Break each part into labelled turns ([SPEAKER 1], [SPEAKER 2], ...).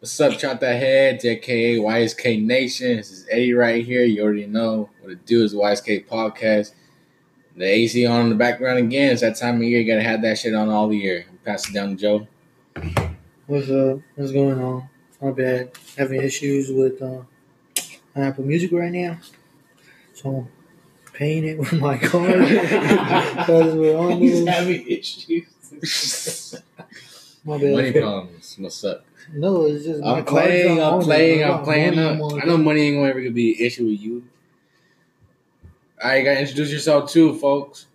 [SPEAKER 1] What's up, Chop That Head, JKA YSK Nation? This is Eddie right here. You already know what it do is YSK Podcast. The AC on in the background again. It's that time of year. You gotta have that shit on all year. Pass it down to Joe.
[SPEAKER 2] What's up? What's going on? My bad. Having issues with uh, my Apple Music right now. So I'm paying it with my card. Because we're on
[SPEAKER 3] He's
[SPEAKER 2] this.
[SPEAKER 3] having issues.
[SPEAKER 2] My
[SPEAKER 1] Money
[SPEAKER 2] bad.
[SPEAKER 1] problems. What's up?
[SPEAKER 2] No, it's just my
[SPEAKER 1] I'm
[SPEAKER 2] card's
[SPEAKER 1] playing,
[SPEAKER 2] not on
[SPEAKER 1] I'm
[SPEAKER 2] it.
[SPEAKER 1] playing,
[SPEAKER 2] I
[SPEAKER 1] I'm
[SPEAKER 2] got
[SPEAKER 1] playing.
[SPEAKER 2] money
[SPEAKER 1] I
[SPEAKER 2] on
[SPEAKER 1] I
[SPEAKER 2] it.
[SPEAKER 1] know money ain't gonna ever gonna be an issue with you. All right, you gotta introduce yourself too, folks.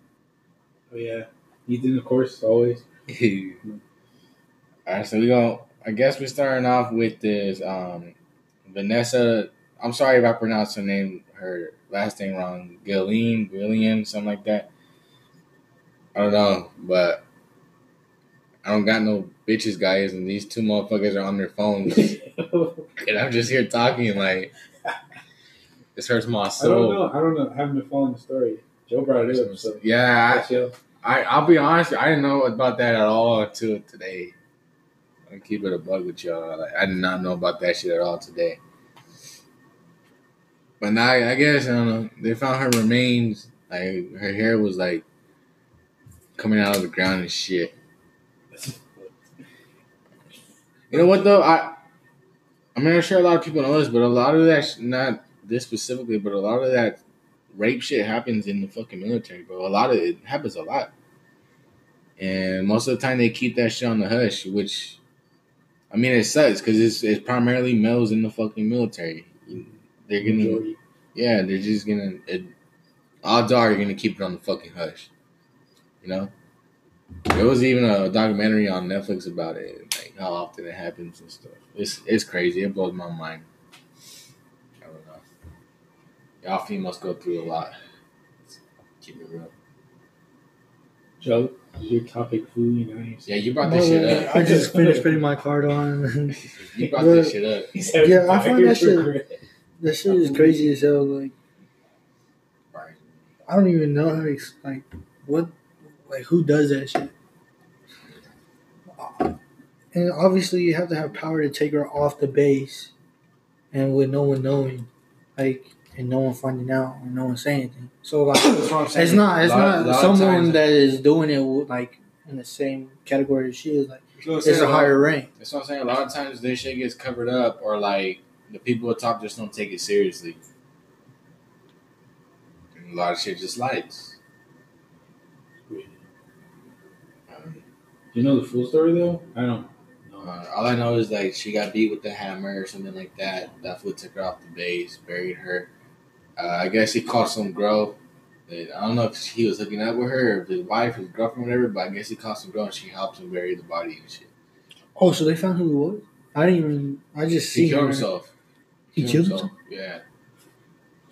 [SPEAKER 3] oh yeah, Ethan, of course, always.
[SPEAKER 1] All right, so we going I guess we're starting off with this um, Vanessa. I'm sorry if I pronounced her name, her last name wrong. Gillian, Gillian, something like that. I don't know, but I don't got no bitches, guys, and these two motherfuckers are on their phones,
[SPEAKER 3] I
[SPEAKER 1] and I'm just here talking like this hurts my
[SPEAKER 3] don't
[SPEAKER 1] soul.
[SPEAKER 3] know. I don't know. I haven't been following the story. Joe brought it up. So
[SPEAKER 1] Yeah, I,
[SPEAKER 3] that's yo.
[SPEAKER 1] I I'll be honest, I didn't know about that at all until today. I'm keep it a bug with y'all. Like, I did not know about that shit at all today. But now I, I guess I don't know. They found her remains. Like her hair was like coming out of the ground and shit. You know what though? I I mean, I'm sure a lot of people know this, but a lot of that, sh- not this specifically, but a lot of that rape shit happens in the fucking military, bro. A lot of it happens a lot, and most of the time they keep that shit on the hush, which I mean, it sucks because it's it's primarily males in the fucking military. They're gonna,
[SPEAKER 3] Majority.
[SPEAKER 1] yeah, they're just gonna. It, odds are you're gonna keep it on the fucking hush, you know. There was even a documentary on Netflix about it, like how often it happens and stuff. It's it's crazy. It blows my mind. I don't know. Y'all females go through a lot. Keep it real.
[SPEAKER 3] Joe, is your topic food? You know, he's,
[SPEAKER 1] Yeah, you brought
[SPEAKER 2] My
[SPEAKER 1] this shit
[SPEAKER 2] bad.
[SPEAKER 1] up.
[SPEAKER 2] I just finished putting my card on.
[SPEAKER 1] You brought this shit up.
[SPEAKER 3] he's having
[SPEAKER 2] Yeah, I find that
[SPEAKER 3] fires
[SPEAKER 2] shit-
[SPEAKER 3] regret.
[SPEAKER 2] that shit is crazy as hell. Like, I don't even know how to, ex- like, what, like, who does that shit? Uh, And obviously, you have to have power to take her off the base and with no one knowing, like, and no one finding out and no one saying anything. So, like,
[SPEAKER 1] That's what I'm saying.
[SPEAKER 2] it's not, it's
[SPEAKER 1] A lot-
[SPEAKER 2] not
[SPEAKER 1] lot of
[SPEAKER 2] someone
[SPEAKER 1] times-
[SPEAKER 2] that is doing it, with, like, in the same category as she is. Like,
[SPEAKER 1] You know what I'm
[SPEAKER 2] it's
[SPEAKER 1] saying?
[SPEAKER 2] a higher rank.
[SPEAKER 1] That's what I'm saying. A lot of times this shit gets covered up, or like the people at top just don't take it seriously. And a lot of shit just lights.
[SPEAKER 3] You know the full story though? I don't. know.
[SPEAKER 1] Uh, all I know is like she got beat with the hammer or something like that. That foot took her off the base, buried her. Uh, I guess he caught some girl. that- I don't know if he was hooking up with her, or if his wife, his girlfriend, whatever. But I guess he caught some girl and she helped him bury the body and shit.
[SPEAKER 2] Oh, so they found who it was? I didn't even, I just
[SPEAKER 1] He
[SPEAKER 2] seen
[SPEAKER 1] killed
[SPEAKER 2] her.
[SPEAKER 1] himself.
[SPEAKER 2] He killed himself?
[SPEAKER 1] Yeah,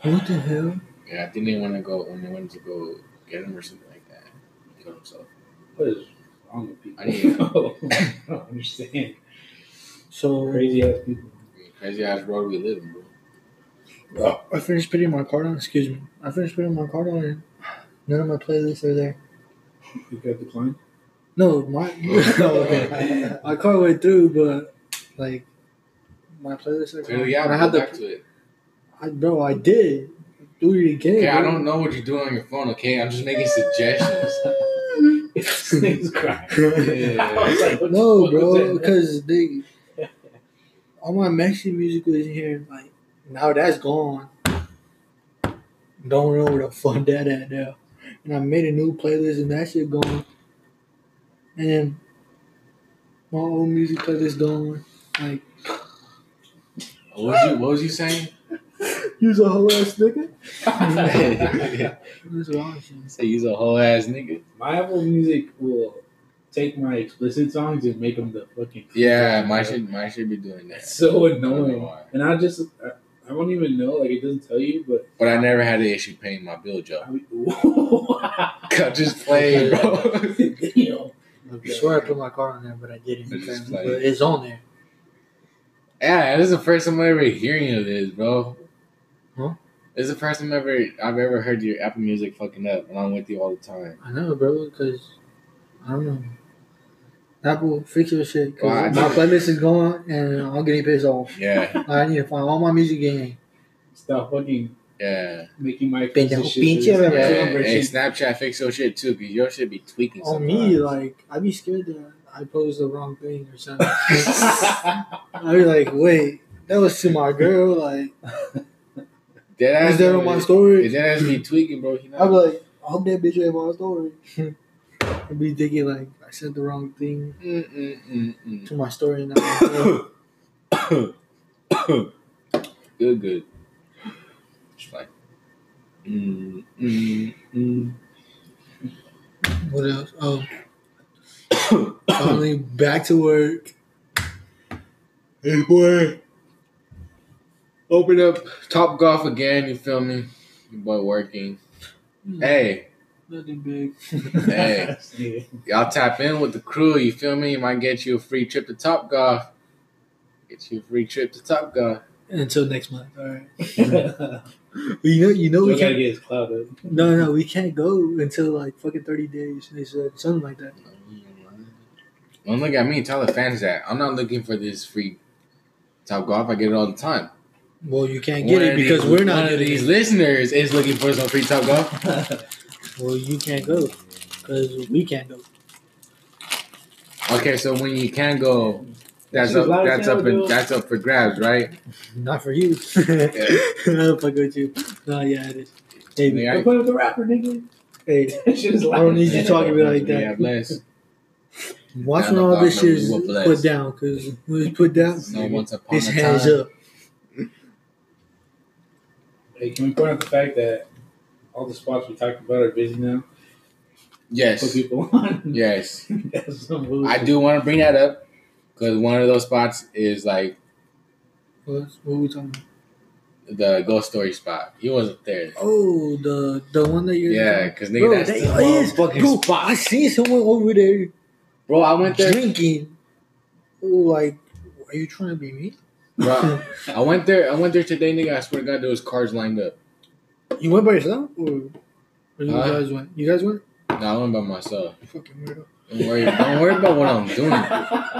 [SPEAKER 2] What the hell?
[SPEAKER 1] yeah. I think they want to go when they went to go get him or something like that. He killed himself.
[SPEAKER 3] What is wrong with people?
[SPEAKER 1] I need-
[SPEAKER 3] I don't understand.
[SPEAKER 2] So,
[SPEAKER 3] Crazy ass people.
[SPEAKER 1] Crazy ass road we live in, bro.
[SPEAKER 2] I finished putting my card on. Excuse me. I finished putting my card on, and none of my playlists are there.
[SPEAKER 3] You got declined.
[SPEAKER 2] No, my Oh, okay. my card went through, but like my playlists are
[SPEAKER 1] Clearly,
[SPEAKER 2] gone.
[SPEAKER 1] yeah.
[SPEAKER 2] I had
[SPEAKER 1] back
[SPEAKER 2] the
[SPEAKER 1] to it.
[SPEAKER 2] I, bro. I did do it again.
[SPEAKER 1] Okay, I
[SPEAKER 2] bro.
[SPEAKER 1] don't know what you're doing on your phone. Okay, I'm just making suggestions.
[SPEAKER 3] Snake's crying.
[SPEAKER 1] Yeah.
[SPEAKER 3] I was like, what the
[SPEAKER 2] No,
[SPEAKER 3] fuck was
[SPEAKER 2] bro,
[SPEAKER 3] that?
[SPEAKER 2] because they all my Mexican music was in here. Like now that's gone. Don't know where the fuck that at now. And I made a new playlist and that shit gone. And then my old music playlist gone. Like
[SPEAKER 1] What was you? What was you saying?
[SPEAKER 2] use a whole ass nigga.
[SPEAKER 1] Say
[SPEAKER 2] That's what I'm saying.
[SPEAKER 1] he's a whole ass nigga.
[SPEAKER 3] My Apple Music will take my explicit songs and make them the fucking
[SPEAKER 1] Yeah, my should my should be doing that.
[SPEAKER 3] It's so
[SPEAKER 1] I don't know
[SPEAKER 3] annoying.
[SPEAKER 1] why.
[SPEAKER 3] And I just I, I don't even know. Like it doesn't tell you, but
[SPEAKER 1] But I never had an issue paying my bill, Joe.
[SPEAKER 3] I mean, wow.
[SPEAKER 1] I'm just playing, bro.
[SPEAKER 3] Damn.
[SPEAKER 2] I swear I put my car on there, but I didn't.
[SPEAKER 1] It's just
[SPEAKER 2] But
[SPEAKER 1] like-
[SPEAKER 2] it's on there.
[SPEAKER 1] Yeah, this is the first time I'm ever hearing of this, bro.
[SPEAKER 2] Huh?
[SPEAKER 1] This is the first time ever I've ever heard your Apple Music fucking up, and I'm with you all the time.
[SPEAKER 2] I know, bro, because I don't know. Apple, fix your shit. Cause
[SPEAKER 1] Well, I-
[SPEAKER 2] my playlist is gone, and I'm getting pissed off.
[SPEAKER 1] Yeah,
[SPEAKER 2] I need to find all my music again.
[SPEAKER 3] Stop fucking
[SPEAKER 1] yeah.
[SPEAKER 3] making my
[SPEAKER 2] Pendejo,
[SPEAKER 3] shit to this
[SPEAKER 2] pinche
[SPEAKER 1] yeah.
[SPEAKER 3] celebration.
[SPEAKER 1] Hey, Snapchat, fix your shit too, because your shit be tweaking.
[SPEAKER 2] On
[SPEAKER 1] sometimes.
[SPEAKER 2] me, Oh, like I'd be scared that I posed the wrong thing or something. I'd be like, wait, that was to my girl. Like,
[SPEAKER 1] Dead ass
[SPEAKER 2] is that on
[SPEAKER 1] be-
[SPEAKER 2] my story?
[SPEAKER 1] Dead ass be tweaking, bro. He
[SPEAKER 2] I'd be
[SPEAKER 1] not,
[SPEAKER 2] like, I hope that bitch ain't my story. I'd be thinking like I said the wrong thing
[SPEAKER 1] mm, mm, mm,
[SPEAKER 2] to my story. And not my girl.
[SPEAKER 1] mm. good, good. Just like, mm, mm, mm.
[SPEAKER 2] what else? Oh, finally back to work.
[SPEAKER 1] Hey, boy. Open up Top Golf again. You feel me? Your boy working.
[SPEAKER 2] Hmm.
[SPEAKER 1] Hey,
[SPEAKER 2] Nothing big.
[SPEAKER 1] Hey.
[SPEAKER 3] Yeah.
[SPEAKER 1] y'all tap in with the crew. You feel me? You might get you a free trip to Top Golf. Get you a free trip to Top Golf.
[SPEAKER 2] Until next month. All right.
[SPEAKER 3] Still
[SPEAKER 2] You know, you know we
[SPEAKER 3] gotta
[SPEAKER 2] can't.
[SPEAKER 3] get his cloud up.
[SPEAKER 2] No, no, we can't go until like fucking thirty days. They said something like that.
[SPEAKER 1] Don't look at me. Tell the fans that I'm not looking for this free Top Golf. I get it all the time.
[SPEAKER 2] Well, you can't
[SPEAKER 1] One
[SPEAKER 2] get
[SPEAKER 1] of
[SPEAKER 2] it because
[SPEAKER 1] these-
[SPEAKER 2] we're not
[SPEAKER 1] One of
[SPEAKER 2] getting
[SPEAKER 1] these
[SPEAKER 2] it.
[SPEAKER 1] listeners is looking for some free Top Golf.
[SPEAKER 2] Well, you can't go because we can't go.
[SPEAKER 1] Okay, so when you can go, that's
[SPEAKER 3] She's
[SPEAKER 1] up.
[SPEAKER 3] loud as
[SPEAKER 1] That's
[SPEAKER 3] hell,
[SPEAKER 1] up. In,
[SPEAKER 3] dude.
[SPEAKER 1] that's up for grabs, right?
[SPEAKER 2] Not for you. If I go with you. No, yeah, it is. Hey,
[SPEAKER 1] Yeah,
[SPEAKER 3] Don't play with the rapper, nigga.
[SPEAKER 2] hey,
[SPEAKER 3] That shit is
[SPEAKER 2] I don't need you
[SPEAKER 3] loud.
[SPEAKER 2] talking about like
[SPEAKER 1] Yeah,
[SPEAKER 2] that.
[SPEAKER 1] bless.
[SPEAKER 2] Watch
[SPEAKER 1] Down the
[SPEAKER 2] when all
[SPEAKER 1] block,
[SPEAKER 2] this
[SPEAKER 1] man,
[SPEAKER 2] shit is
[SPEAKER 1] we were blessed.
[SPEAKER 2] put down because when it's put down,
[SPEAKER 1] No once upon
[SPEAKER 2] it's
[SPEAKER 1] a
[SPEAKER 2] hands
[SPEAKER 1] time.
[SPEAKER 2] up.
[SPEAKER 3] Hey, can we point out the fact that all the spots we talked about are busy now? Put
[SPEAKER 1] Yes,
[SPEAKER 3] people on.
[SPEAKER 1] yes.
[SPEAKER 3] That's some bullshit.
[SPEAKER 1] I do want to bring that up because one of those spots is like
[SPEAKER 2] What, what we talking about?
[SPEAKER 1] the ghost story spot. He wasn't there.
[SPEAKER 2] Oh, the the one that you're
[SPEAKER 1] Yeah, because nigga,
[SPEAKER 2] Bro,
[SPEAKER 1] that's
[SPEAKER 2] that
[SPEAKER 1] the
[SPEAKER 2] is-
[SPEAKER 1] motherfucking
[SPEAKER 2] Bro, I seen someone over there
[SPEAKER 1] Bro, I went there.
[SPEAKER 2] drinking. Oh, like, are you trying to be me?
[SPEAKER 1] Bro, I went there. I went there today, nigga. I swear to God, there was cars lined up.
[SPEAKER 2] You went by yourself, or, or you
[SPEAKER 1] Huh?
[SPEAKER 2] guys went? You guys went?
[SPEAKER 1] No, I went by myself.
[SPEAKER 2] You fucking weirdo.
[SPEAKER 1] Don't worry. Don't worry about what I'm doing.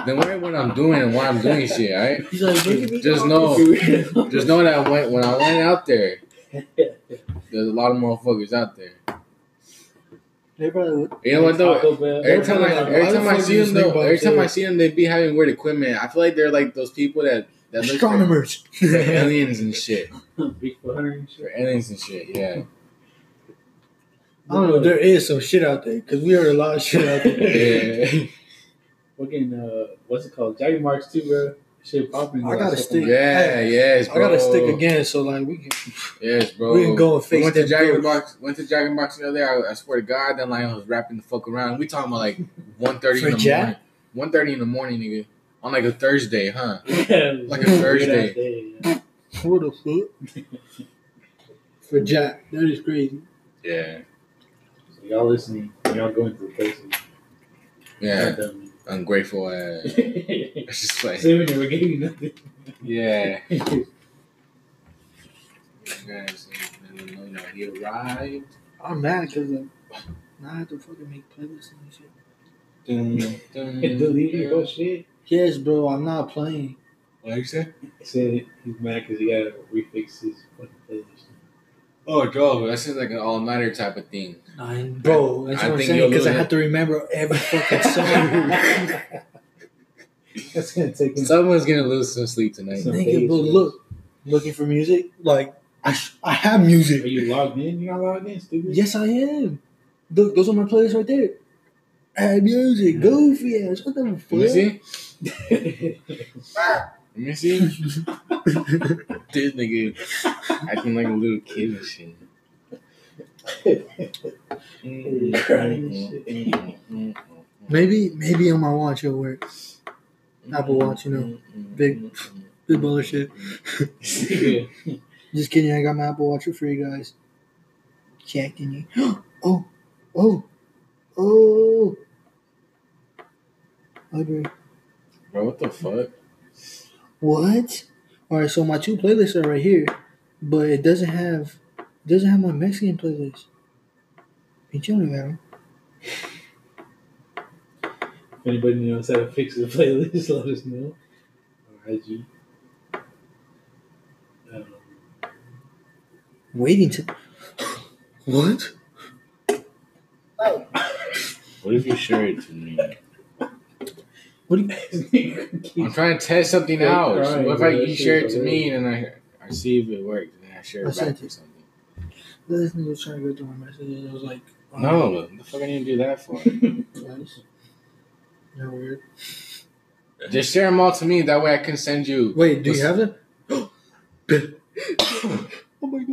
[SPEAKER 1] Don't worry what I'm doing and why I'm doing shit. All right.
[SPEAKER 2] He's like, look at me.
[SPEAKER 1] Just
[SPEAKER 2] talking
[SPEAKER 1] know-
[SPEAKER 2] to you.
[SPEAKER 1] Just know that I went when I went out there. There's a lot of motherfuckers out there.
[SPEAKER 2] They probably would.
[SPEAKER 1] You know what though?
[SPEAKER 3] Taco Bell.
[SPEAKER 1] Every time I every time I see them though, every time I
[SPEAKER 2] Motherfuckers.
[SPEAKER 1] see them, they be having weird equipment. I feel like they're like those people that that look for,
[SPEAKER 2] Astronomers.
[SPEAKER 1] for aliens and shit.
[SPEAKER 3] Big Butter and shit.
[SPEAKER 1] For aliens and shit. Yeah.
[SPEAKER 2] I don't know. There is some shit out there because we heard a lot of shit out there.
[SPEAKER 1] Yeah.
[SPEAKER 3] Fucking, uh, what's it called? Johnny Marks, too, bro. Shit popping.
[SPEAKER 2] I got a stick.
[SPEAKER 1] Yeah, yes,
[SPEAKER 2] I
[SPEAKER 1] bro.
[SPEAKER 2] got a stick again, so like we can.
[SPEAKER 1] Yes, bro.
[SPEAKER 2] We can go and face
[SPEAKER 1] went to
[SPEAKER 2] that
[SPEAKER 1] Dragon
[SPEAKER 2] door.
[SPEAKER 1] Box. Went to Dragon Box the other day. I, I swear to God, that lion was wrapping the fuck around. We talking about like one thirty in
[SPEAKER 2] For
[SPEAKER 1] the
[SPEAKER 2] Jack?
[SPEAKER 1] morning. One thirty in the morning, nigga. On like a Thursday, huh? Like a Thursday.
[SPEAKER 3] Thursday.
[SPEAKER 2] What the fuck? For Jack, that is crazy.
[SPEAKER 1] Yeah,
[SPEAKER 3] So y'all listening, y'all going through places.
[SPEAKER 1] yeah.
[SPEAKER 3] Goddamn.
[SPEAKER 1] Ungrateful ass.
[SPEAKER 3] Saving
[SPEAKER 1] It's just like
[SPEAKER 3] it, we're giving you nothing.
[SPEAKER 1] yeah.
[SPEAKER 3] That's
[SPEAKER 1] Yes, and then, you know, He arrived.
[SPEAKER 2] I'm mad because like, now I have to fucking make playlists and shit.
[SPEAKER 1] Dun, dun,
[SPEAKER 3] Delete your whole shit.
[SPEAKER 2] Yes, bro, I'm not playing.
[SPEAKER 1] What you say?
[SPEAKER 3] He said he's mad because he got to refix his fucking playlist.
[SPEAKER 1] Oh, bro, that seems like an all-nighter type of thing.
[SPEAKER 2] bro, that's
[SPEAKER 1] I
[SPEAKER 2] what I'm
[SPEAKER 1] think
[SPEAKER 2] saying
[SPEAKER 1] you'll
[SPEAKER 2] because I
[SPEAKER 1] lose
[SPEAKER 2] have
[SPEAKER 1] it.
[SPEAKER 2] to remember every fucking song.
[SPEAKER 3] That's gonna take him.
[SPEAKER 1] Someone's gonna lose some sleep tonight.
[SPEAKER 3] Some
[SPEAKER 2] Nigga, but
[SPEAKER 3] days.
[SPEAKER 2] look, looking for music, like I sh- I have music.
[SPEAKER 3] Are you logged in? You're not logged in, stupid.
[SPEAKER 2] Yes, I am. Look, those are my playlists right there. I have music, goofy ass. What the
[SPEAKER 1] Let me
[SPEAKER 2] fuck?
[SPEAKER 1] see. Let me see. this nigga acting like a little kid and shit.
[SPEAKER 3] Mm.
[SPEAKER 2] Maybe, maybe on my watch at work, Apple Watch, you know, big- big baller shit.
[SPEAKER 3] Mm. Yeah.
[SPEAKER 2] Just kidding, I got my Apple Watch for free, guys. Check in you. Oh, oh, oh. Library.
[SPEAKER 1] Bro, what the fuck?
[SPEAKER 2] What? All right, so my two playlists are right here, but it doesn't have it doesn't have my Mexican playlist. Pinche Olivero.
[SPEAKER 3] If anybody knows how to fix the playlist, let us know. Or IG. Um,
[SPEAKER 2] I'm waiting to. What?
[SPEAKER 1] What if you share it to me?
[SPEAKER 2] What do you?
[SPEAKER 1] I'm trying to test something
[SPEAKER 3] Quit
[SPEAKER 1] out.
[SPEAKER 3] crying,
[SPEAKER 1] what if I,
[SPEAKER 3] bro. That
[SPEAKER 1] you share it
[SPEAKER 3] shit's
[SPEAKER 1] to me and then I, I see if it worked and then I share it
[SPEAKER 2] I
[SPEAKER 1] back
[SPEAKER 2] sent
[SPEAKER 1] to something?
[SPEAKER 2] This nigga was trying to go through my messages. I was like, oh,
[SPEAKER 1] No, the fuck I need to do that for?
[SPEAKER 2] Twice. You're weird.
[SPEAKER 1] Just share them all to me. That way I can send you.
[SPEAKER 2] Wait, do you
[SPEAKER 1] Listen.
[SPEAKER 2] have it? oh my god.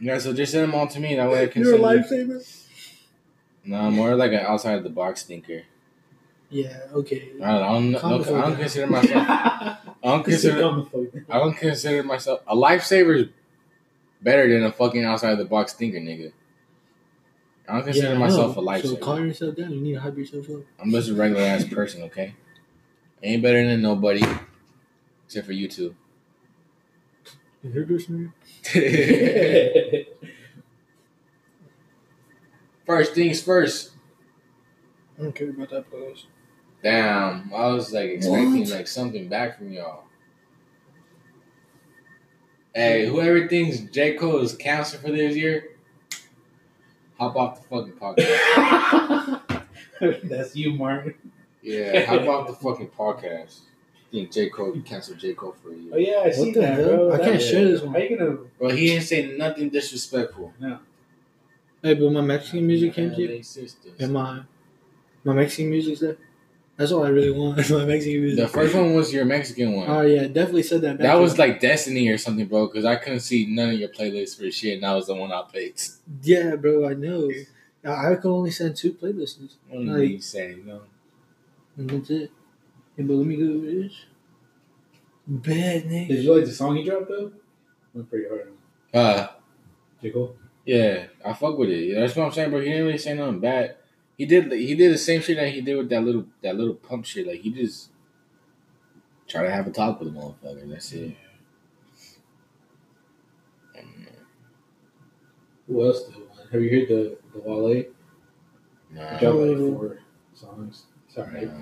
[SPEAKER 1] Yeah, so just send them all to me. That way I can
[SPEAKER 2] You're a
[SPEAKER 1] send you.
[SPEAKER 2] lifesaver?
[SPEAKER 1] No, more like an outside of the box thinker.
[SPEAKER 2] Yeah, okay.
[SPEAKER 1] Uh, I don't, I don't,
[SPEAKER 2] Comical
[SPEAKER 1] I don't
[SPEAKER 2] guy.
[SPEAKER 1] consider myself. I don't consider. I don't consider myself a lifesaver is better than a fucking outside the box thinker, nigga. I don't consider
[SPEAKER 2] Yeah, I
[SPEAKER 1] myself a
[SPEAKER 2] know. So
[SPEAKER 1] lifesaver.
[SPEAKER 2] calm yourself down. You need to hype yourself up.
[SPEAKER 1] I'm just a regular ass person, okay? Ain't better than nobody, except for you two.
[SPEAKER 2] You heard this, man?
[SPEAKER 1] first things first.
[SPEAKER 2] I don't care about that post.
[SPEAKER 1] Damn, I was like expecting
[SPEAKER 2] What?
[SPEAKER 1] like something back from y'all. Hey, whoever thinks J Cole is canceled for this year, hop off the fucking podcast.
[SPEAKER 3] That's you, Martin.
[SPEAKER 1] Yeah, how about the fucking podcast? You think J. Cole you canceled J. Cole for a
[SPEAKER 3] Oh
[SPEAKER 1] year.
[SPEAKER 3] yeah, I see
[SPEAKER 2] the
[SPEAKER 3] that,
[SPEAKER 2] hell?
[SPEAKER 3] bro.
[SPEAKER 2] I
[SPEAKER 3] That-
[SPEAKER 2] can't share this one.
[SPEAKER 3] How you gonna?
[SPEAKER 1] Well, he didn't say nothing disrespectful.
[SPEAKER 2] Hey, but my Mexican music came to you.
[SPEAKER 1] They sisters.
[SPEAKER 2] And my, my Mexican music's there. That's all I really want. my Mexican music.
[SPEAKER 1] The first one was your Mexican one.
[SPEAKER 2] Oh, yeah. Definitely said that. Back
[SPEAKER 1] that
[SPEAKER 2] then.
[SPEAKER 1] was like Destiny or something, bro, because I couldn't see none of your playlists for shit, and that was the one I picked.
[SPEAKER 2] Yeah, bro, I know. I I could only send two playlists,
[SPEAKER 1] What did
[SPEAKER 2] Like-
[SPEAKER 1] he say? No.
[SPEAKER 2] and that's it. Hey, but let me go over this. Bad
[SPEAKER 3] Did
[SPEAKER 2] nigga.
[SPEAKER 3] you like the song he dropped though? Went pretty hard.
[SPEAKER 1] Uh,
[SPEAKER 3] J Cole.
[SPEAKER 1] yeah, I fuck with it. That's what I'm saying, bro. He didn't really say nothing bad. He did. He did the same shit that he did with that little that little pump shit. Like he just try to have a talk with the motherfucker. That's it.
[SPEAKER 3] Who else did one? Have you heard the the Wale? He
[SPEAKER 1] Nah.
[SPEAKER 3] dropped like
[SPEAKER 2] Oh.
[SPEAKER 3] four songs. Sorry.
[SPEAKER 1] Nah.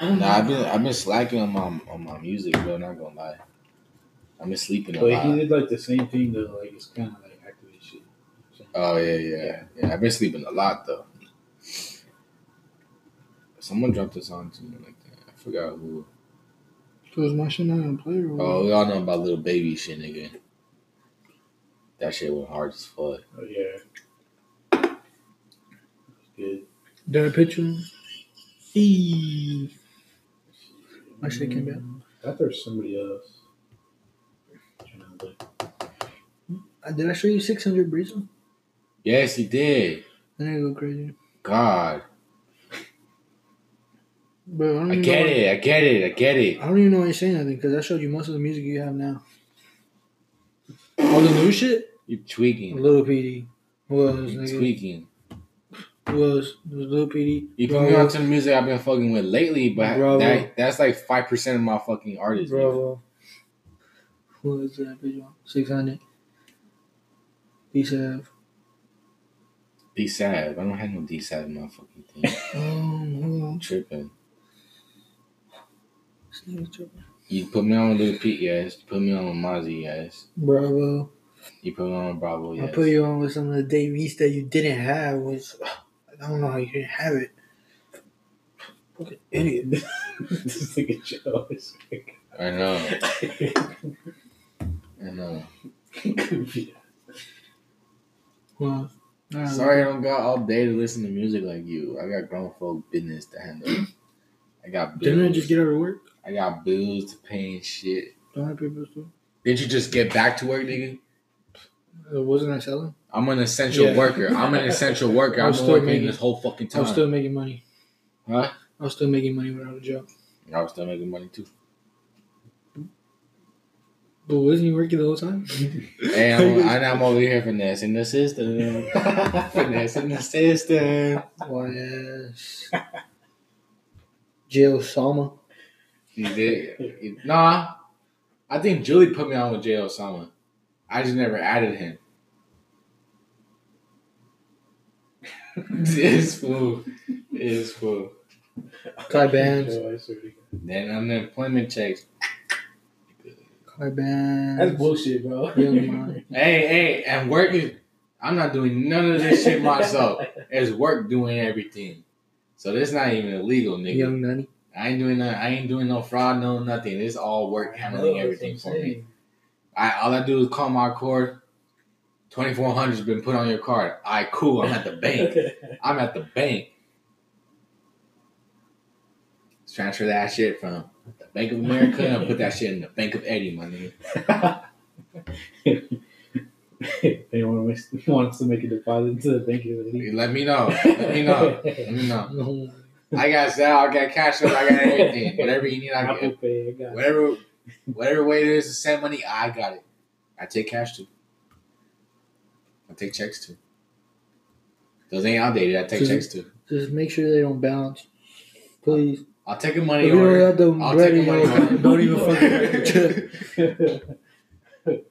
[SPEAKER 2] Oh,
[SPEAKER 1] Nah, I've been I've been slacking on my on my music, bro. Not gonna lie, I've been sleeping a
[SPEAKER 3] But he
[SPEAKER 1] lot.
[SPEAKER 3] did like the same thing though. Like it's kind of like activate shit.
[SPEAKER 1] Oh yeah, yeah, yeah. I've been sleeping a lot though. Someone dropped a song to me like that. I forgot who.
[SPEAKER 2] Cause my shit not on player.
[SPEAKER 1] Oh, we all know about little baby shit, nigga. That shit went hard as fuck.
[SPEAKER 3] Oh yeah. Good.
[SPEAKER 2] Did I picture him? Eee. My shit came back.
[SPEAKER 3] Mm, I thought there was somebody else. Trying to look.
[SPEAKER 2] Uh, Did I show you 600 Breezy?
[SPEAKER 1] Yes, he did.
[SPEAKER 2] Then I go crazy.
[SPEAKER 1] God,
[SPEAKER 2] But I don't
[SPEAKER 1] I
[SPEAKER 2] even
[SPEAKER 1] get
[SPEAKER 2] know why-
[SPEAKER 1] it. I get it. I get it.
[SPEAKER 2] I don't even know why you're saying anything because I showed you most of the music you have now. All the new shit?
[SPEAKER 1] You tweaking.
[SPEAKER 2] Little PD. Who else,
[SPEAKER 1] You
[SPEAKER 2] nigga?
[SPEAKER 1] tweaking.
[SPEAKER 2] Who else? It was Lil PD.
[SPEAKER 1] You put
[SPEAKER 2] Bro,
[SPEAKER 1] me on to the music I've been fucking with lately, but
[SPEAKER 2] Bro.
[SPEAKER 1] that, that's like five percent of my fucking artists. nigga.
[SPEAKER 2] Bro, what is that video? Six hundred. He said,
[SPEAKER 1] D Sav. I don't have no D Sav in my fucking thing.
[SPEAKER 2] "Um, hold
[SPEAKER 1] I'm
[SPEAKER 2] on,
[SPEAKER 1] tripping.
[SPEAKER 2] this nigga tripping."
[SPEAKER 1] You put me on with Lil Pete, yes. You put me on with Mozzie, yes.
[SPEAKER 2] Bravo.
[SPEAKER 1] You put me on with Bravo, yes.
[SPEAKER 2] I put you on with some of the Davies that you didn't have. Was I don't know how you didn't have it. Fucking idiot.
[SPEAKER 3] this nigga Joe is like
[SPEAKER 1] I know. I know.
[SPEAKER 3] goofy.
[SPEAKER 2] Well, alright.
[SPEAKER 1] Sorry, I don't got all day to listen to music like you. I got grown folk business to handle. I got bills.
[SPEAKER 2] Didn't I just get out of work?
[SPEAKER 1] I got bills to pay and shit.
[SPEAKER 2] Don't I pay bills too?
[SPEAKER 1] Did you just get back to work, nigga?
[SPEAKER 2] Uh, Wasn't I selling?
[SPEAKER 1] I'm an essential
[SPEAKER 2] Yeah.
[SPEAKER 1] worker. I'm an essential worker.
[SPEAKER 2] I'm
[SPEAKER 1] I've been
[SPEAKER 2] still
[SPEAKER 1] working
[SPEAKER 2] making-
[SPEAKER 1] this whole fucking
[SPEAKER 2] I
[SPEAKER 1] time.
[SPEAKER 2] was still making money.
[SPEAKER 1] huh?
[SPEAKER 2] I was still making money without a job.
[SPEAKER 1] I was still making money too.
[SPEAKER 2] But wasn't you working the whole time?
[SPEAKER 1] And I'm, and I'm over here finessing the system. finessing the system.
[SPEAKER 2] Was Jill Salma.
[SPEAKER 1] You did. you- Nah. I think Julie put me on with J. Osama. I just never added him. It's fool. It's fool.
[SPEAKER 2] Cut bands.
[SPEAKER 3] Joe, I swear to God.
[SPEAKER 1] Then unemployment checks.
[SPEAKER 2] Card bands.
[SPEAKER 3] That's bullshit, bro.
[SPEAKER 2] Young money.
[SPEAKER 1] Hey, hey, and work is. I'm not doing none of this shit myself. It's work doing everything. So this not even illegal, nigga.
[SPEAKER 2] Young Nunny.
[SPEAKER 1] I ain't doing that. I ain't doing no fraud, no nothing. It's all work handling everything for me. I all I do is call my card. Twenty four hundred's been put on your card. I cool. I'm at the bank. I'm at the bank. Let's transfer that shit from the Bank of America and put that shit in the Bank of Eddie, my nigga.
[SPEAKER 3] if anyone wants wants to make a deposit to the bank, you leave.
[SPEAKER 1] Let me know. Let me know. Let me know.
[SPEAKER 2] No.
[SPEAKER 1] I got Zelle. I got cash. App, I got everything. Whatever you need, I
[SPEAKER 3] Apple
[SPEAKER 1] get.
[SPEAKER 3] Pay, I got it.
[SPEAKER 1] Whatever, whatever way it is to send money, I got it. I take cash too. I take checks too. Those ain't outdated. I take
[SPEAKER 2] Dude.
[SPEAKER 1] checks too.
[SPEAKER 2] Just make sure they don't bounce. Please.
[SPEAKER 1] I'll take a
[SPEAKER 2] If
[SPEAKER 1] money
[SPEAKER 2] you don't
[SPEAKER 1] order.
[SPEAKER 2] have the
[SPEAKER 1] I'll
[SPEAKER 2] bread
[SPEAKER 1] take
[SPEAKER 2] in
[SPEAKER 1] a money
[SPEAKER 2] your-
[SPEAKER 1] order.
[SPEAKER 2] don't even fucking write the check.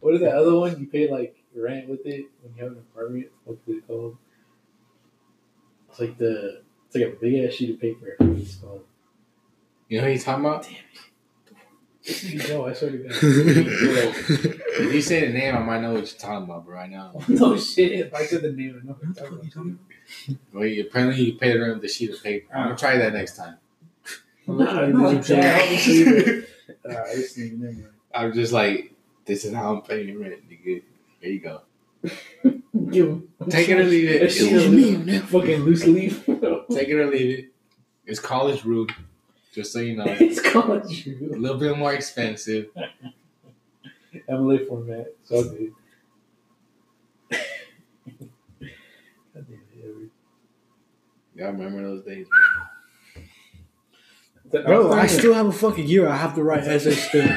[SPEAKER 3] what is that other one? You pay like rent with it when you have an apartment. What's it called? It's like the it's like a big ass sheet of paper. I forget what It's called.
[SPEAKER 1] You know what he's talking about?
[SPEAKER 3] No, I swear to God.
[SPEAKER 1] If you say the name, I might know what you're talking about, but right now,
[SPEAKER 3] no Oh, shit. If I said the name, I know. what you're talking about.
[SPEAKER 1] wait, apparently you paid her the sheet of paper. I'm gonna try that next time.
[SPEAKER 3] I'm not trying to
[SPEAKER 2] No,
[SPEAKER 3] do
[SPEAKER 2] no,
[SPEAKER 3] that. Ah, it's never mind.
[SPEAKER 1] I'm just like, this is how I'm paying rent, nigga. Here you go.
[SPEAKER 3] You-
[SPEAKER 1] Take it or leave it.
[SPEAKER 3] That shit
[SPEAKER 2] It was
[SPEAKER 3] is
[SPEAKER 2] me,
[SPEAKER 3] loose- Fucking loose leaf.
[SPEAKER 1] Take it or leave it. It's college room, just so you know. A
[SPEAKER 3] it's called you.
[SPEAKER 1] little bit more expensive.
[SPEAKER 3] MLA format. So good. God damn it, Avery.
[SPEAKER 1] Y'all remember those days?
[SPEAKER 2] Bro, I still have a fucking year. I have to write essays still.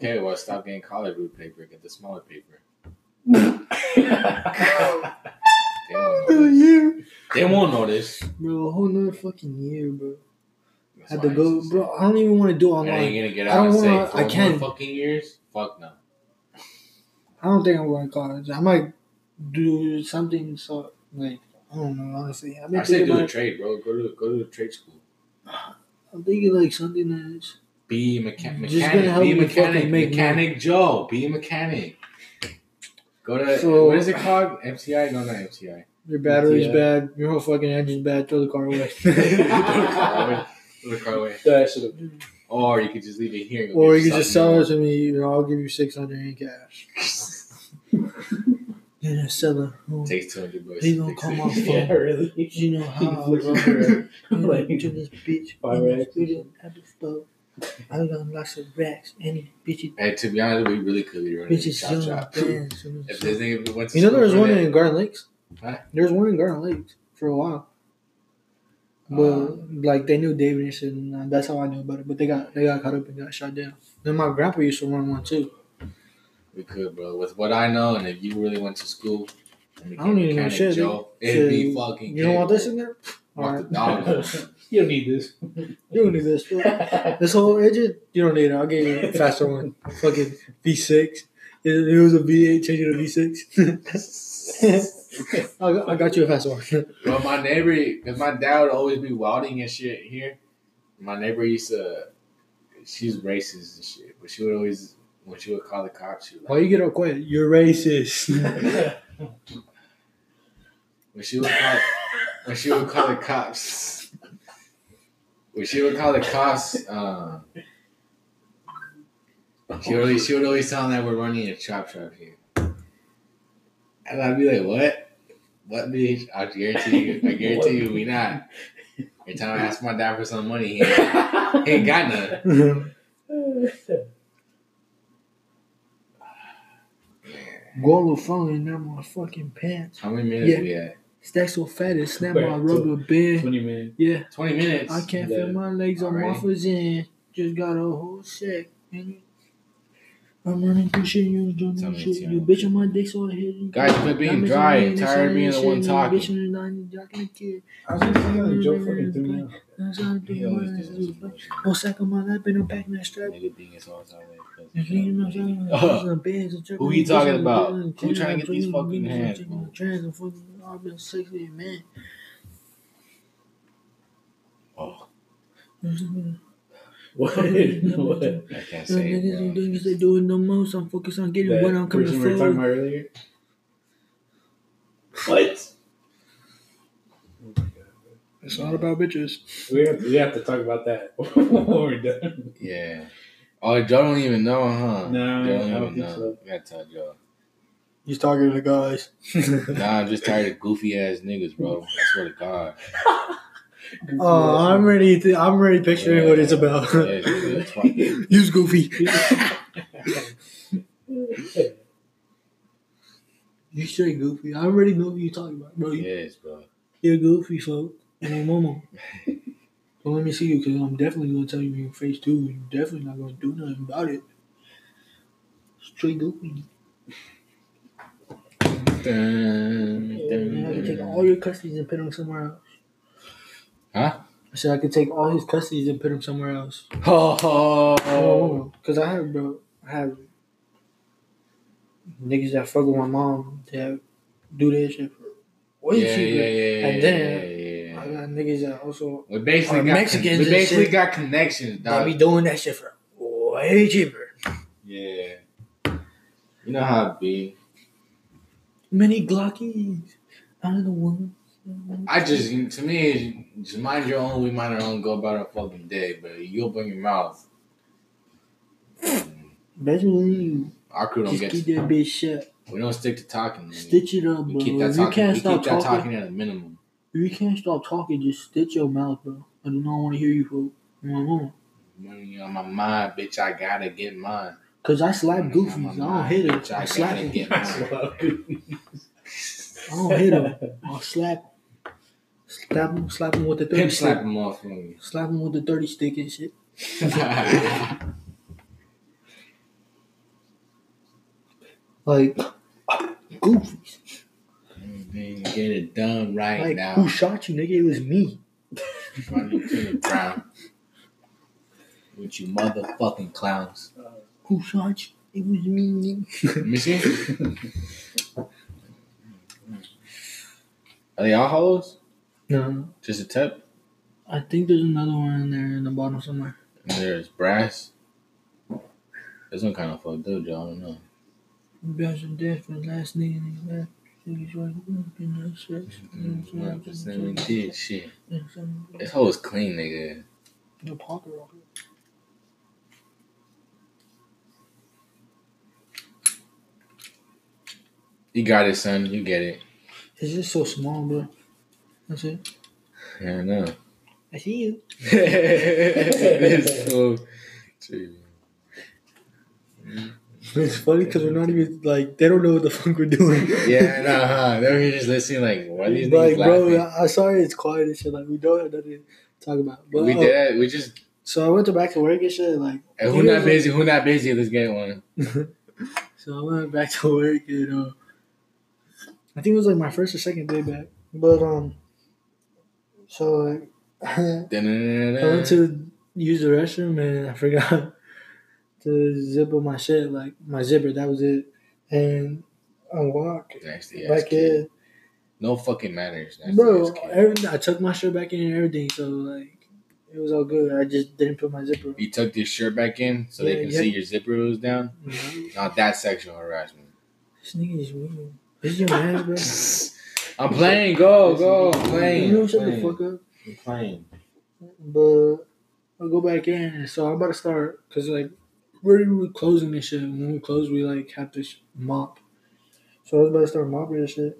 [SPEAKER 1] Okay, well, stop getting college room paper. Get the smaller paper. They won't know
[SPEAKER 2] Another
[SPEAKER 1] this.
[SPEAKER 2] year,
[SPEAKER 1] They won't know this.
[SPEAKER 2] bro. A whole nother fucking year, bro.
[SPEAKER 1] That's
[SPEAKER 2] Had
[SPEAKER 1] why
[SPEAKER 2] to
[SPEAKER 1] I
[SPEAKER 2] go,
[SPEAKER 1] used to
[SPEAKER 2] bro. I don't even want to do
[SPEAKER 1] say, And
[SPEAKER 2] online.
[SPEAKER 1] you gonna get
[SPEAKER 2] I
[SPEAKER 1] out and
[SPEAKER 2] don't
[SPEAKER 1] say
[SPEAKER 2] wanna-
[SPEAKER 1] four
[SPEAKER 2] I
[SPEAKER 1] more
[SPEAKER 2] can't.
[SPEAKER 1] fucking years? Fuck no.
[SPEAKER 2] I don't think I'm going to college. I might do something. So like, I don't know. Honestly, I've been
[SPEAKER 1] I say
[SPEAKER 2] thinking
[SPEAKER 1] do a
[SPEAKER 2] about.
[SPEAKER 1] trade, bro. Go to go to a trade school.
[SPEAKER 2] I'm thinking like something that's
[SPEAKER 1] Be a mecha-
[SPEAKER 2] Just gonna
[SPEAKER 1] mechanic.
[SPEAKER 2] help
[SPEAKER 1] Be a
[SPEAKER 2] me
[SPEAKER 1] mechanic.
[SPEAKER 2] fucking make
[SPEAKER 1] Mechanic Joe. Be a mechanic. Go to
[SPEAKER 2] So-
[SPEAKER 1] what is it called? MCI? No, not MCI.
[SPEAKER 2] your battery's
[SPEAKER 3] Yeah.
[SPEAKER 2] bad, your whole fucking engine's bad. Throw the car away.
[SPEAKER 1] Go to Carway. Go to Carway.
[SPEAKER 3] That should have
[SPEAKER 1] Or you could just leave it here. and go
[SPEAKER 2] or
[SPEAKER 1] get
[SPEAKER 2] you can just
[SPEAKER 1] something
[SPEAKER 2] sell it to me. You know, I'll give you six hundred in cash. Yeah, sell it. Oh,
[SPEAKER 1] new. Takes two hundred bucks.
[SPEAKER 2] They gonna
[SPEAKER 1] Fix
[SPEAKER 2] come
[SPEAKER 1] it.
[SPEAKER 2] off
[SPEAKER 1] Yeah.
[SPEAKER 3] Yeah, really.
[SPEAKER 2] You know how.
[SPEAKER 3] Flip over.
[SPEAKER 2] I'm
[SPEAKER 3] like,
[SPEAKER 2] like, to this bitch.
[SPEAKER 3] Five
[SPEAKER 2] and this
[SPEAKER 3] racks.
[SPEAKER 2] bitch and I just thought, I was on lots of racks. Any bitches,
[SPEAKER 1] Hey, to be honest, we really could be running a
[SPEAKER 2] bitches,
[SPEAKER 1] chop
[SPEAKER 2] young
[SPEAKER 1] chop.
[SPEAKER 2] bands. and
[SPEAKER 1] If
[SPEAKER 2] stuff.
[SPEAKER 1] this nigga went to
[SPEAKER 2] You know,
[SPEAKER 1] school
[SPEAKER 2] there was
[SPEAKER 1] for
[SPEAKER 2] one
[SPEAKER 1] that-
[SPEAKER 2] in Garden Lakes.
[SPEAKER 1] Huh?
[SPEAKER 2] There was one in Garden Lakes for a while. But
[SPEAKER 1] Uh.
[SPEAKER 2] like they knew David and shit, and uh, that's how I knew about it. But they got they got caught up and got shot down. Then my grandpa used to run one too.
[SPEAKER 1] We could, bro. With what I know, and if you really went to school, and became
[SPEAKER 2] I don't even know
[SPEAKER 1] mechanic
[SPEAKER 2] shit,
[SPEAKER 1] Joe, it'd be
[SPEAKER 2] Shit.
[SPEAKER 1] fucking.
[SPEAKER 2] You don't want this
[SPEAKER 1] good.
[SPEAKER 2] in there? All
[SPEAKER 1] Walk
[SPEAKER 2] right,
[SPEAKER 1] the dog.
[SPEAKER 3] you don't need this.
[SPEAKER 2] you don't need this. fool. This whole engine, you don't need it. I'll give you a faster one. Fucking V6. It, it was a V8, change it to V6. I, got, I got you a faster one.
[SPEAKER 1] Well, my neighbor, because my dad would always be welding and shit here. My neighbor used to, she's racist and shit, but she would always, when she would call the cops, she would,
[SPEAKER 2] Why
[SPEAKER 1] like,
[SPEAKER 2] you get up quiet? You're racist.
[SPEAKER 3] That's
[SPEAKER 1] when she would call, when she would call the cops, when she would call the cops, um, she would always, she would always tell them that we're running a chop shop here, and I'd be like, what? What bitch? I guarantee you, I guarantee you, we not. Every time I ask my dad for some money, he ain't, he ain't got none.
[SPEAKER 2] Guano phone in there, my fucking pants.
[SPEAKER 1] How many minutes
[SPEAKER 2] Yeah.
[SPEAKER 1] we at?
[SPEAKER 2] Stack so fat it snap
[SPEAKER 3] Wait,
[SPEAKER 2] my
[SPEAKER 3] so-
[SPEAKER 2] rubber band.
[SPEAKER 3] Twenty minutes.
[SPEAKER 2] Yeah,
[SPEAKER 1] Twenty minutes.
[SPEAKER 2] I can't
[SPEAKER 3] Yeah.
[SPEAKER 2] feel my legs on
[SPEAKER 1] Alrighty.
[SPEAKER 2] waffles in. Just got a whole sack. man. I'm running through shit, you doing
[SPEAKER 1] Tell me
[SPEAKER 2] shit.
[SPEAKER 1] it's your
[SPEAKER 2] You
[SPEAKER 1] own
[SPEAKER 2] bitch on my dick, so I hit you.
[SPEAKER 1] Guys, quit being dry. I'm tired of being the one talking.
[SPEAKER 3] I was just thinking that Joe fucking threw me off.
[SPEAKER 1] He always does this.
[SPEAKER 2] Oh, sack on my lap and I'm packing that strap.
[SPEAKER 1] Nigga being his ass out there. Uh,
[SPEAKER 2] Who
[SPEAKER 1] who you talking about? Who trying to get these fucking hands, bro?
[SPEAKER 2] oh, Trans and fucking all been sexy, man.
[SPEAKER 1] Oh,
[SPEAKER 3] What? what?
[SPEAKER 1] I can't
[SPEAKER 2] Them
[SPEAKER 1] say
[SPEAKER 2] niggas
[SPEAKER 1] it.
[SPEAKER 2] and
[SPEAKER 1] Bro.
[SPEAKER 2] niggas they doing no more, so I'm focused on getting what I'm
[SPEAKER 3] That
[SPEAKER 2] coming
[SPEAKER 3] person we were talking
[SPEAKER 2] for.
[SPEAKER 3] about earlier. What? Oh my God.
[SPEAKER 2] It's not about bitches.
[SPEAKER 3] We have, we have to talk about that when we're done.
[SPEAKER 1] Yeah. Oh, Joe don't even know, huh?
[SPEAKER 3] No,
[SPEAKER 1] Joe
[SPEAKER 3] I don't think so.
[SPEAKER 1] You gotta tell Joe.
[SPEAKER 2] He's talking to the guys.
[SPEAKER 1] Nah, I'm just tired of goofy ass niggas, bro. I swear to God.
[SPEAKER 2] Oh, I'm ready. To, I'm ready picturing what it's about.
[SPEAKER 1] Yeah, nigga, that's why-
[SPEAKER 2] Use Goofy. You say Goofy. I already know what you're talking about, bro. You-
[SPEAKER 1] Yes, bro.
[SPEAKER 2] You're Goofy, folk. And I'm Momo. Well, let me see you, because I'm definitely going to tell you in your face, too. You're definitely not going to do nothing about it. Straight Goofy.
[SPEAKER 1] Dun,
[SPEAKER 2] And I
[SPEAKER 1] dun,
[SPEAKER 2] can take
[SPEAKER 1] dun.
[SPEAKER 2] all your custodies and put them somewhere else.
[SPEAKER 1] Huh?
[SPEAKER 2] I said I could take all his custodies and put them somewhere else.
[SPEAKER 1] Oh,
[SPEAKER 2] Because I have, bro, I have niggas that fuck with my mom that do that shit for way
[SPEAKER 1] yeah, yeah,
[SPEAKER 2] cheaper.
[SPEAKER 1] yeah, yeah,
[SPEAKER 2] And then-
[SPEAKER 1] yeah, yeah,
[SPEAKER 2] I
[SPEAKER 1] yeah.
[SPEAKER 2] got niggas that also
[SPEAKER 1] we basically
[SPEAKER 2] Or
[SPEAKER 1] got
[SPEAKER 2] Mexicans
[SPEAKER 1] we
[SPEAKER 2] and
[SPEAKER 1] basically
[SPEAKER 2] shit.
[SPEAKER 1] got connections,
[SPEAKER 2] that
[SPEAKER 1] dog.
[SPEAKER 2] be doing that shit for way cheaper.
[SPEAKER 1] yeah, you know how it be.
[SPEAKER 2] Mini Glockies out of the womb.
[SPEAKER 1] I just to me, it's just mind your own. We mind our own. Go about our fucking day, but you open your mouth.
[SPEAKER 2] Basically, you
[SPEAKER 1] Our crew don't
[SPEAKER 2] just
[SPEAKER 1] get.
[SPEAKER 2] keep that bitch shut.
[SPEAKER 1] we don't stick to talking. nigga.
[SPEAKER 2] Stitch it up,
[SPEAKER 1] we
[SPEAKER 2] bro.
[SPEAKER 1] keep
[SPEAKER 2] If
[SPEAKER 1] that
[SPEAKER 2] you
[SPEAKER 1] talking.
[SPEAKER 2] can't
[SPEAKER 1] We
[SPEAKER 2] stop
[SPEAKER 1] keep that
[SPEAKER 2] talking,
[SPEAKER 1] talking at a minimum.
[SPEAKER 2] if you can't stop talking, just stitch your mouth, bro. I do not want to hear you, bro. My mom.
[SPEAKER 1] Money on my mind, bitch. I gotta get mine.
[SPEAKER 2] Cause I slap
[SPEAKER 1] Money on my
[SPEAKER 2] goofies. I don't
[SPEAKER 1] mind,
[SPEAKER 2] hit them.
[SPEAKER 1] bitch,
[SPEAKER 2] I
[SPEAKER 1] I
[SPEAKER 2] slap
[SPEAKER 1] gotta
[SPEAKER 2] them.
[SPEAKER 1] get mine.
[SPEAKER 2] I don't hit them. I slap 'em. Slap them. Slap them with the 30
[SPEAKER 1] Pimp
[SPEAKER 2] stick.
[SPEAKER 1] slap him off on
[SPEAKER 2] Slap them with the 30 stick and shit.
[SPEAKER 1] you.
[SPEAKER 2] Like, goofies.
[SPEAKER 1] Everything get it done right
[SPEAKER 2] Like,
[SPEAKER 1] now.
[SPEAKER 2] who shot you, nigga? It was me.
[SPEAKER 1] Running to the ground with you motherfucking clowns.
[SPEAKER 2] Who shot you? It was me, nigga.
[SPEAKER 1] Let me see. Are they all hollows?
[SPEAKER 2] No,
[SPEAKER 1] Just a tip?
[SPEAKER 2] I think there's another one in there in the bottom somewhere.
[SPEAKER 1] And there's brass. This one kind of fucked up, y'all. I don't know.
[SPEAKER 2] Best of death for the last nigga in his life. Niggas was whooping that Mm-hmm.
[SPEAKER 1] Mm,
[SPEAKER 2] shit.
[SPEAKER 1] 100% did shit.
[SPEAKER 2] And some-
[SPEAKER 1] This hoe is clean, nigga.
[SPEAKER 2] The pocket rocket.
[SPEAKER 1] You got it, son. You get it.
[SPEAKER 2] It's just so small, bro. That's it.
[SPEAKER 1] Yeah, I know.
[SPEAKER 2] I see you.
[SPEAKER 1] This hoe- Gee.
[SPEAKER 2] It's funny because we're not even like they don't know what the fuck we're doing.
[SPEAKER 1] Yeah, nah, huh? They were here just listening, like, why are these
[SPEAKER 2] like,
[SPEAKER 1] niggas laughing?
[SPEAKER 2] bro, I, I'm sorry it's quiet and shit. Like, we don't have nothing to talk about. But,
[SPEAKER 1] we
[SPEAKER 2] oh,
[SPEAKER 1] did that. We just
[SPEAKER 2] So I went to back to work and shit. Like,
[SPEAKER 1] and who
[SPEAKER 2] you
[SPEAKER 1] not
[SPEAKER 2] know-
[SPEAKER 1] busy? Who not busy? Let's get one.
[SPEAKER 2] So I went back to work and uh, I think it was like my first or second day back. But um, so like, I went
[SPEAKER 1] Dun-dun-dun-dun.
[SPEAKER 2] to use the restroom and I forgot to zip up my shit, like my zipper. That was it. And I walked
[SPEAKER 1] Nasty ass
[SPEAKER 2] back
[SPEAKER 1] kid.
[SPEAKER 2] in,
[SPEAKER 1] No fucking matters. Nasty
[SPEAKER 2] bro.
[SPEAKER 1] ass kid.
[SPEAKER 2] Everything, I took my shirt back in and everything. So like, it was all good. I just didn't put my zipper.
[SPEAKER 1] you tucked your shirt back in so
[SPEAKER 2] Yeah,
[SPEAKER 1] they can
[SPEAKER 2] yeah.
[SPEAKER 1] see your zipper was down.
[SPEAKER 2] You know?
[SPEAKER 1] Now that's sexual harassment.
[SPEAKER 2] This nigga is weird. This is your man, bro.
[SPEAKER 1] I'm playing. Go, go. I'm playing.
[SPEAKER 2] You know,
[SPEAKER 1] I'm
[SPEAKER 2] shut the
[SPEAKER 1] playing.
[SPEAKER 2] fuck up.
[SPEAKER 1] I'm playing.
[SPEAKER 2] but I'll go back in. and So I'm about to start because like we're, we're closing this shit. When we close, we like have to sh- mop. So I was about to start mopping this shit,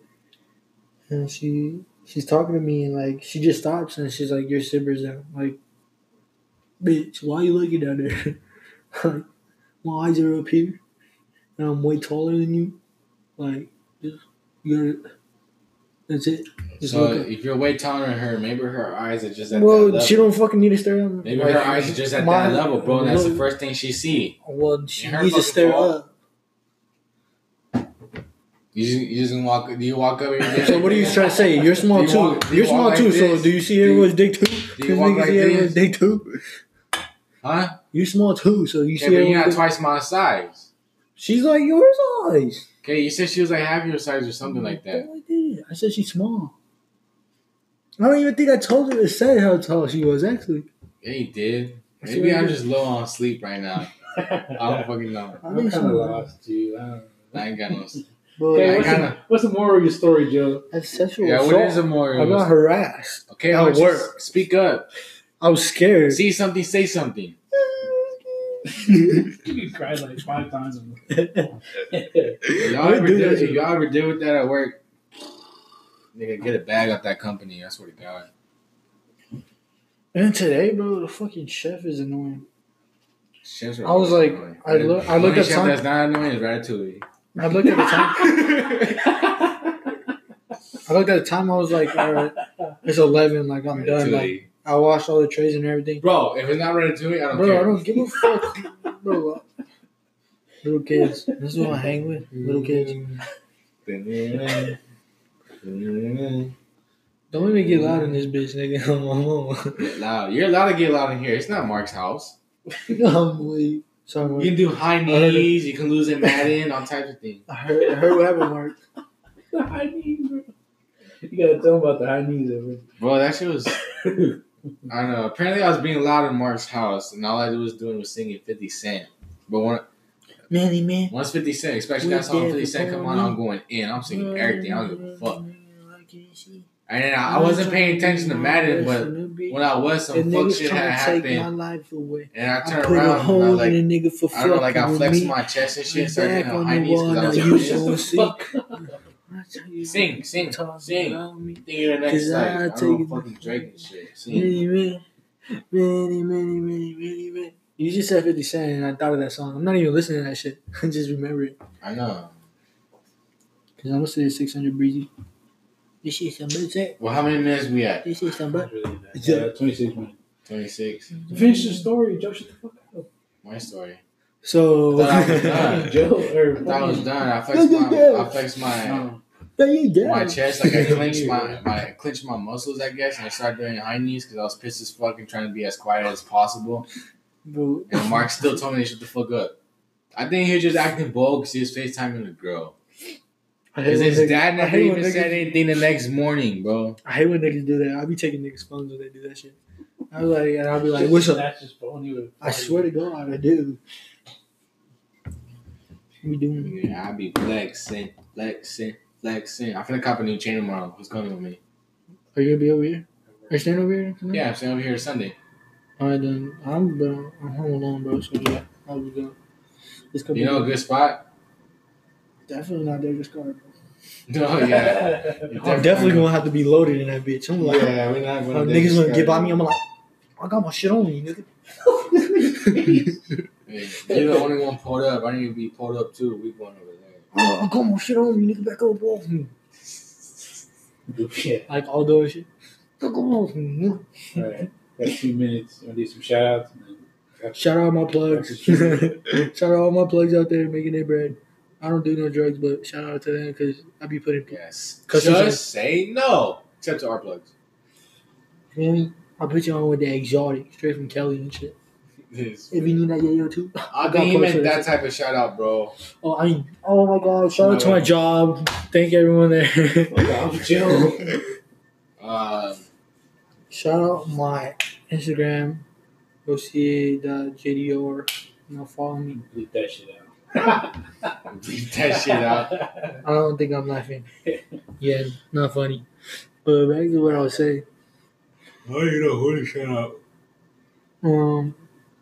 [SPEAKER 2] and she she's talking to me and like she just stops and she's like, "Your zipper's down." Like, bitch, why you looking down there? like, my eyes are up here, and I'm way taller than you. Like, just you gotta. That's it. Just
[SPEAKER 1] So
[SPEAKER 2] look up.
[SPEAKER 1] if you're way taller than her, maybe her eyes are just at that
[SPEAKER 2] Well,
[SPEAKER 1] level.
[SPEAKER 2] she don't fucking need to stare at me.
[SPEAKER 1] maybe
[SPEAKER 2] Like,
[SPEAKER 1] her eyes are just at
[SPEAKER 2] my-
[SPEAKER 1] that level, bro. And that's the
[SPEAKER 2] look-
[SPEAKER 1] first thing she see.
[SPEAKER 2] Well, she
[SPEAKER 1] And her
[SPEAKER 2] needs to
[SPEAKER 1] fucking
[SPEAKER 2] stare
[SPEAKER 1] ball.
[SPEAKER 2] up.
[SPEAKER 1] You just, you just walk. Do you walk up? and
[SPEAKER 2] So what are you trying to say? You're small
[SPEAKER 1] Do you
[SPEAKER 2] too.
[SPEAKER 1] walk- do you
[SPEAKER 2] You're small
[SPEAKER 1] walk
[SPEAKER 2] too.
[SPEAKER 1] like
[SPEAKER 2] so
[SPEAKER 1] this?
[SPEAKER 2] do you see
[SPEAKER 1] Do you-
[SPEAKER 2] everyone's dick too?
[SPEAKER 1] do you
[SPEAKER 2] This
[SPEAKER 1] walk
[SPEAKER 2] nigga
[SPEAKER 1] like
[SPEAKER 2] see everyone's
[SPEAKER 1] this?
[SPEAKER 2] dick too.
[SPEAKER 1] Huh?
[SPEAKER 2] You small too. So you
[SPEAKER 1] Yeah,
[SPEAKER 2] see
[SPEAKER 1] but you're
[SPEAKER 2] everyone's
[SPEAKER 1] not
[SPEAKER 2] dick.
[SPEAKER 1] twice my size.
[SPEAKER 2] She's like your size.
[SPEAKER 1] Okay, you said she was like half your size or something like that.
[SPEAKER 2] No, I didn't. I said she's small. I don't even think I told her. It said how tall she was actually.
[SPEAKER 1] Yeah, you did.
[SPEAKER 2] That's
[SPEAKER 1] Maybe
[SPEAKER 2] what I
[SPEAKER 1] I'm
[SPEAKER 2] did.
[SPEAKER 1] just low on sleep right now. I don't fucking know.
[SPEAKER 2] I
[SPEAKER 3] I'm
[SPEAKER 2] think she
[SPEAKER 3] kind of
[SPEAKER 2] was.
[SPEAKER 3] lost, dude. I don't know.
[SPEAKER 1] I ain't got no. s-
[SPEAKER 2] But
[SPEAKER 3] Okay,
[SPEAKER 1] I
[SPEAKER 3] what's,
[SPEAKER 1] got
[SPEAKER 3] the, what's the moral of your story, Joe?
[SPEAKER 2] that's sexual
[SPEAKER 1] Yeah,
[SPEAKER 2] assault.
[SPEAKER 1] what is a more?
[SPEAKER 2] I got harassed.
[SPEAKER 1] Okay,
[SPEAKER 2] At
[SPEAKER 1] I'll
[SPEAKER 2] work.
[SPEAKER 1] work. Speak up.
[SPEAKER 2] I was scared.
[SPEAKER 1] See something. Say something.
[SPEAKER 3] You cried like five times.
[SPEAKER 1] If
[SPEAKER 2] I
[SPEAKER 1] y'all,
[SPEAKER 2] would
[SPEAKER 1] ever
[SPEAKER 2] do
[SPEAKER 1] do,
[SPEAKER 2] that.
[SPEAKER 1] if y'all ever deal with that at work, nigga, get a bag off that company. I swear to God.
[SPEAKER 2] and today, bro, the fucking chef is annoying.
[SPEAKER 1] Chefs are
[SPEAKER 2] I was
[SPEAKER 1] always
[SPEAKER 2] like,
[SPEAKER 1] annoying.
[SPEAKER 2] I look-
[SPEAKER 1] The
[SPEAKER 2] I look
[SPEAKER 1] only
[SPEAKER 2] at
[SPEAKER 1] chef
[SPEAKER 2] some-
[SPEAKER 1] That's not annoying is Ratatouille.
[SPEAKER 2] I looked at the time. I looked at the time. I was like, all right, it's eleven. Like I'm done. Like
[SPEAKER 1] Ratatouille.
[SPEAKER 2] I washed all the trays and everything.
[SPEAKER 1] Bro, if it's not Ratatouille, I don't
[SPEAKER 2] Bro,
[SPEAKER 1] care.
[SPEAKER 2] I don't give a fuck, bro. Little kids. This is what I hang with. Little kids. Don't even get loud in this bitch, nigga. I'm home.
[SPEAKER 1] Get loud. You're allowed to get loud in here. It's not Mark's house.
[SPEAKER 2] I'm late. Sorry,
[SPEAKER 1] You
[SPEAKER 2] Mark.
[SPEAKER 1] can do high
[SPEAKER 2] heard it.
[SPEAKER 1] knees. You can lose in Madden. All types of things.
[SPEAKER 2] I heard, I heard what happened, Mark.
[SPEAKER 3] the high knees, bro. You gotta tell them about the high knees, bro.
[SPEAKER 1] Bro, that shit was. I don't know. Apparently, I was being loud in Mark's house, and all I was doing was singing 50 Cent. But when,
[SPEAKER 2] Manny, man.
[SPEAKER 1] once 50 Cent, especially
[SPEAKER 2] We
[SPEAKER 1] that song
[SPEAKER 2] did
[SPEAKER 1] 50 Cent, come on, I'm going in. I'm singing everything. I don't give a fuck. And then I, I wasn't paying attention to Madden, but when I was, some
[SPEAKER 2] and
[SPEAKER 1] fuck
[SPEAKER 2] niggas
[SPEAKER 1] shit
[SPEAKER 2] trying
[SPEAKER 1] had
[SPEAKER 2] to take my
[SPEAKER 1] happened.
[SPEAKER 2] life away.
[SPEAKER 1] And I
[SPEAKER 2] I
[SPEAKER 1] turned
[SPEAKER 2] put a
[SPEAKER 1] around and I
[SPEAKER 2] hole
[SPEAKER 1] like.
[SPEAKER 2] in a nigga for
[SPEAKER 1] I don't know, like I
[SPEAKER 2] fucking
[SPEAKER 1] flexed
[SPEAKER 2] me.
[SPEAKER 1] my chest and shit,
[SPEAKER 2] Back
[SPEAKER 1] started getting on
[SPEAKER 2] on
[SPEAKER 1] high
[SPEAKER 2] the
[SPEAKER 1] knees
[SPEAKER 2] wall,
[SPEAKER 1] because I
[SPEAKER 2] now
[SPEAKER 1] was
[SPEAKER 2] you
[SPEAKER 1] like,
[SPEAKER 2] so sick.
[SPEAKER 1] sing, sing, sing.
[SPEAKER 2] Talking about me.
[SPEAKER 1] Think of the next
[SPEAKER 2] Cause
[SPEAKER 1] like,
[SPEAKER 2] I
[SPEAKER 1] I
[SPEAKER 2] take
[SPEAKER 1] don't know,
[SPEAKER 2] it-
[SPEAKER 1] fucking Drake and shit. Sing.
[SPEAKER 2] Many, many, many, many, many, many, many. You just said 50 Cent and I thought of that song. I'm not even listening to that shit. I just remember it.
[SPEAKER 1] I know.
[SPEAKER 2] Because I'm listening to 600 Breezy. This is some bullshit.
[SPEAKER 1] Well, how many minutes we at?
[SPEAKER 2] This is some bullshit.
[SPEAKER 3] Yeah, 26 minutes.
[SPEAKER 1] Twenty six.
[SPEAKER 3] Finish the story, Joe. Shut the fuck up.
[SPEAKER 1] My story.
[SPEAKER 2] So.
[SPEAKER 1] I thought I was done.
[SPEAKER 3] Joe, or
[SPEAKER 1] I thought I was done. I
[SPEAKER 2] No,
[SPEAKER 1] flexed
[SPEAKER 2] you
[SPEAKER 1] my,
[SPEAKER 2] did.
[SPEAKER 1] I flexed my,
[SPEAKER 3] Um,
[SPEAKER 2] There you go.
[SPEAKER 1] my chest, like I clenched my, my, clenched my muscles, I guess, and I started doing high knees because I was pissed as fuck and trying to be as quiet as possible.
[SPEAKER 2] Bro.
[SPEAKER 1] And Mark still told me to shut the fuck up. I think he was just acting bold because he was FaceTiming a girl.
[SPEAKER 2] I hate
[SPEAKER 1] Because
[SPEAKER 2] when
[SPEAKER 1] his
[SPEAKER 2] niggas-
[SPEAKER 1] dad
[SPEAKER 2] I
[SPEAKER 1] never
[SPEAKER 2] hate when
[SPEAKER 1] even
[SPEAKER 2] niggas-
[SPEAKER 1] said anything the next morning, bro.
[SPEAKER 2] I hate when niggas do that. I'll be taking niggas' phones when they do that shit. I was like, and I'll be like, what's up?
[SPEAKER 3] That's just phony with-
[SPEAKER 2] I swear to God, I do. We doing
[SPEAKER 1] Yeah, I be flexing, flexing, flexing. I'm finna cop a new chain tomorrow. Who's coming with me?
[SPEAKER 2] Are you gonna be over here? Are you staying over here?
[SPEAKER 1] Yeah, I'm staying over here Sunday.
[SPEAKER 2] All right, then. I'm but I'm home alone, bro. So yeah, I'll be gone. This could
[SPEAKER 1] You know a good spot?
[SPEAKER 2] definitely not Davis car.
[SPEAKER 1] No, yeah.
[SPEAKER 2] I'm definitely gonna have to be loaded in that bitch. I'm like,
[SPEAKER 1] Yeah, we're not
[SPEAKER 2] uh,
[SPEAKER 1] gonna.
[SPEAKER 2] niggas gonna get by me. I'm like, I got my shit on me, nigga.
[SPEAKER 1] Hey, You're the only one pulled up. I need to be pulled up too. We going over there.
[SPEAKER 2] Oh, I got my shit on me, nigga. Back up off me.
[SPEAKER 3] Yeah,
[SPEAKER 2] Like all those shit. Back up off me. nigga.
[SPEAKER 3] all right. Got two minutes. I'm gonna do some shout outs.
[SPEAKER 2] Shout out my plugs. shout out all my plugs out there making their bread. I don't do no drugs, but shout out to them because I be putting.
[SPEAKER 1] Yes.
[SPEAKER 2] 'Cause it's-
[SPEAKER 1] Just say no. Except to our plugs.
[SPEAKER 2] You know what I mean? I put you on with the exotic, straight from Kelly and shit.
[SPEAKER 1] This-
[SPEAKER 2] If you need that yo too.
[SPEAKER 1] I
[SPEAKER 2] I got
[SPEAKER 1] think he meant
[SPEAKER 2] posted.
[SPEAKER 1] that type of shout out, bro.
[SPEAKER 2] Oh, I mean, oh my God! Shout out to my
[SPEAKER 1] Alright.
[SPEAKER 2] job. Thank everyone there.
[SPEAKER 3] I'm Joe.
[SPEAKER 1] Um,
[SPEAKER 2] shout out my Instagram, oca.jdor. Now follow me.
[SPEAKER 3] Leave that shit out.
[SPEAKER 1] bleep that shit out.
[SPEAKER 2] I don't think I'm laughing. yeah, not funny. But back to what I was saying.
[SPEAKER 1] Oh, you know who shout out?
[SPEAKER 2] Um,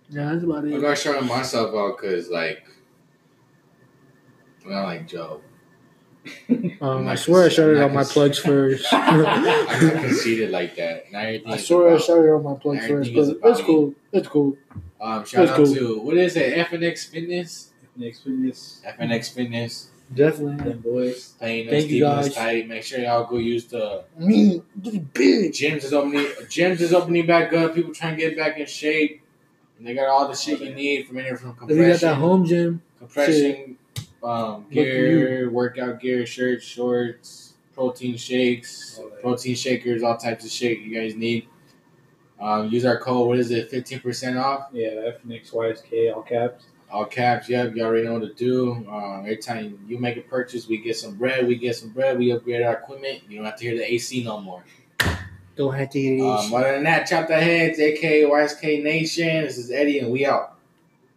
[SPEAKER 2] yeah, that's about
[SPEAKER 1] I'm
[SPEAKER 2] it.
[SPEAKER 1] not shouting myself out because, like, I'm not like Joe.
[SPEAKER 2] Um, I swear I shouted out my plugs first.
[SPEAKER 1] I'm not
[SPEAKER 2] I
[SPEAKER 1] conceited like that. Now everything is
[SPEAKER 2] swear I
[SPEAKER 1] about-
[SPEAKER 2] shouted out my plugs first, but it's cool. It's cool.
[SPEAKER 1] Um, shout
[SPEAKER 2] That's
[SPEAKER 1] out
[SPEAKER 2] cool.
[SPEAKER 1] to what is it? FNX Fitness.
[SPEAKER 3] Next witness,
[SPEAKER 1] FNX Fitness.
[SPEAKER 2] Definitely.
[SPEAKER 3] them boys.
[SPEAKER 1] Playing
[SPEAKER 2] Thank
[SPEAKER 1] Thank
[SPEAKER 2] you, guys.
[SPEAKER 1] Tight. Make sure y'all go use the
[SPEAKER 2] Me, you bitch.
[SPEAKER 1] gyms is opening. Gyms is opening back up. People trying to get back in shape, and they got all the shit you need from anywhere from
[SPEAKER 2] If you got that
[SPEAKER 1] compression,
[SPEAKER 2] home gym,
[SPEAKER 1] compression um,
[SPEAKER 2] Look
[SPEAKER 1] gear, workout gear, shirts, shorts, protein shakes,
[SPEAKER 3] All that.
[SPEAKER 1] protein shakers, all types of shake you guys need. Um, use our code. What is it? Fifteen percent off.
[SPEAKER 3] Yeah, F next YSK, all caps.
[SPEAKER 1] All caps, yep, you all already know what to do. Uh, every time you make a purchase, we get some bread, we get some bread, we upgrade our equipment. You don't have to hear the AC no more.
[SPEAKER 2] Don't have to eat
[SPEAKER 1] Um, other than that, chop the heads, aka YSK Nation. This is Eddie, and we out.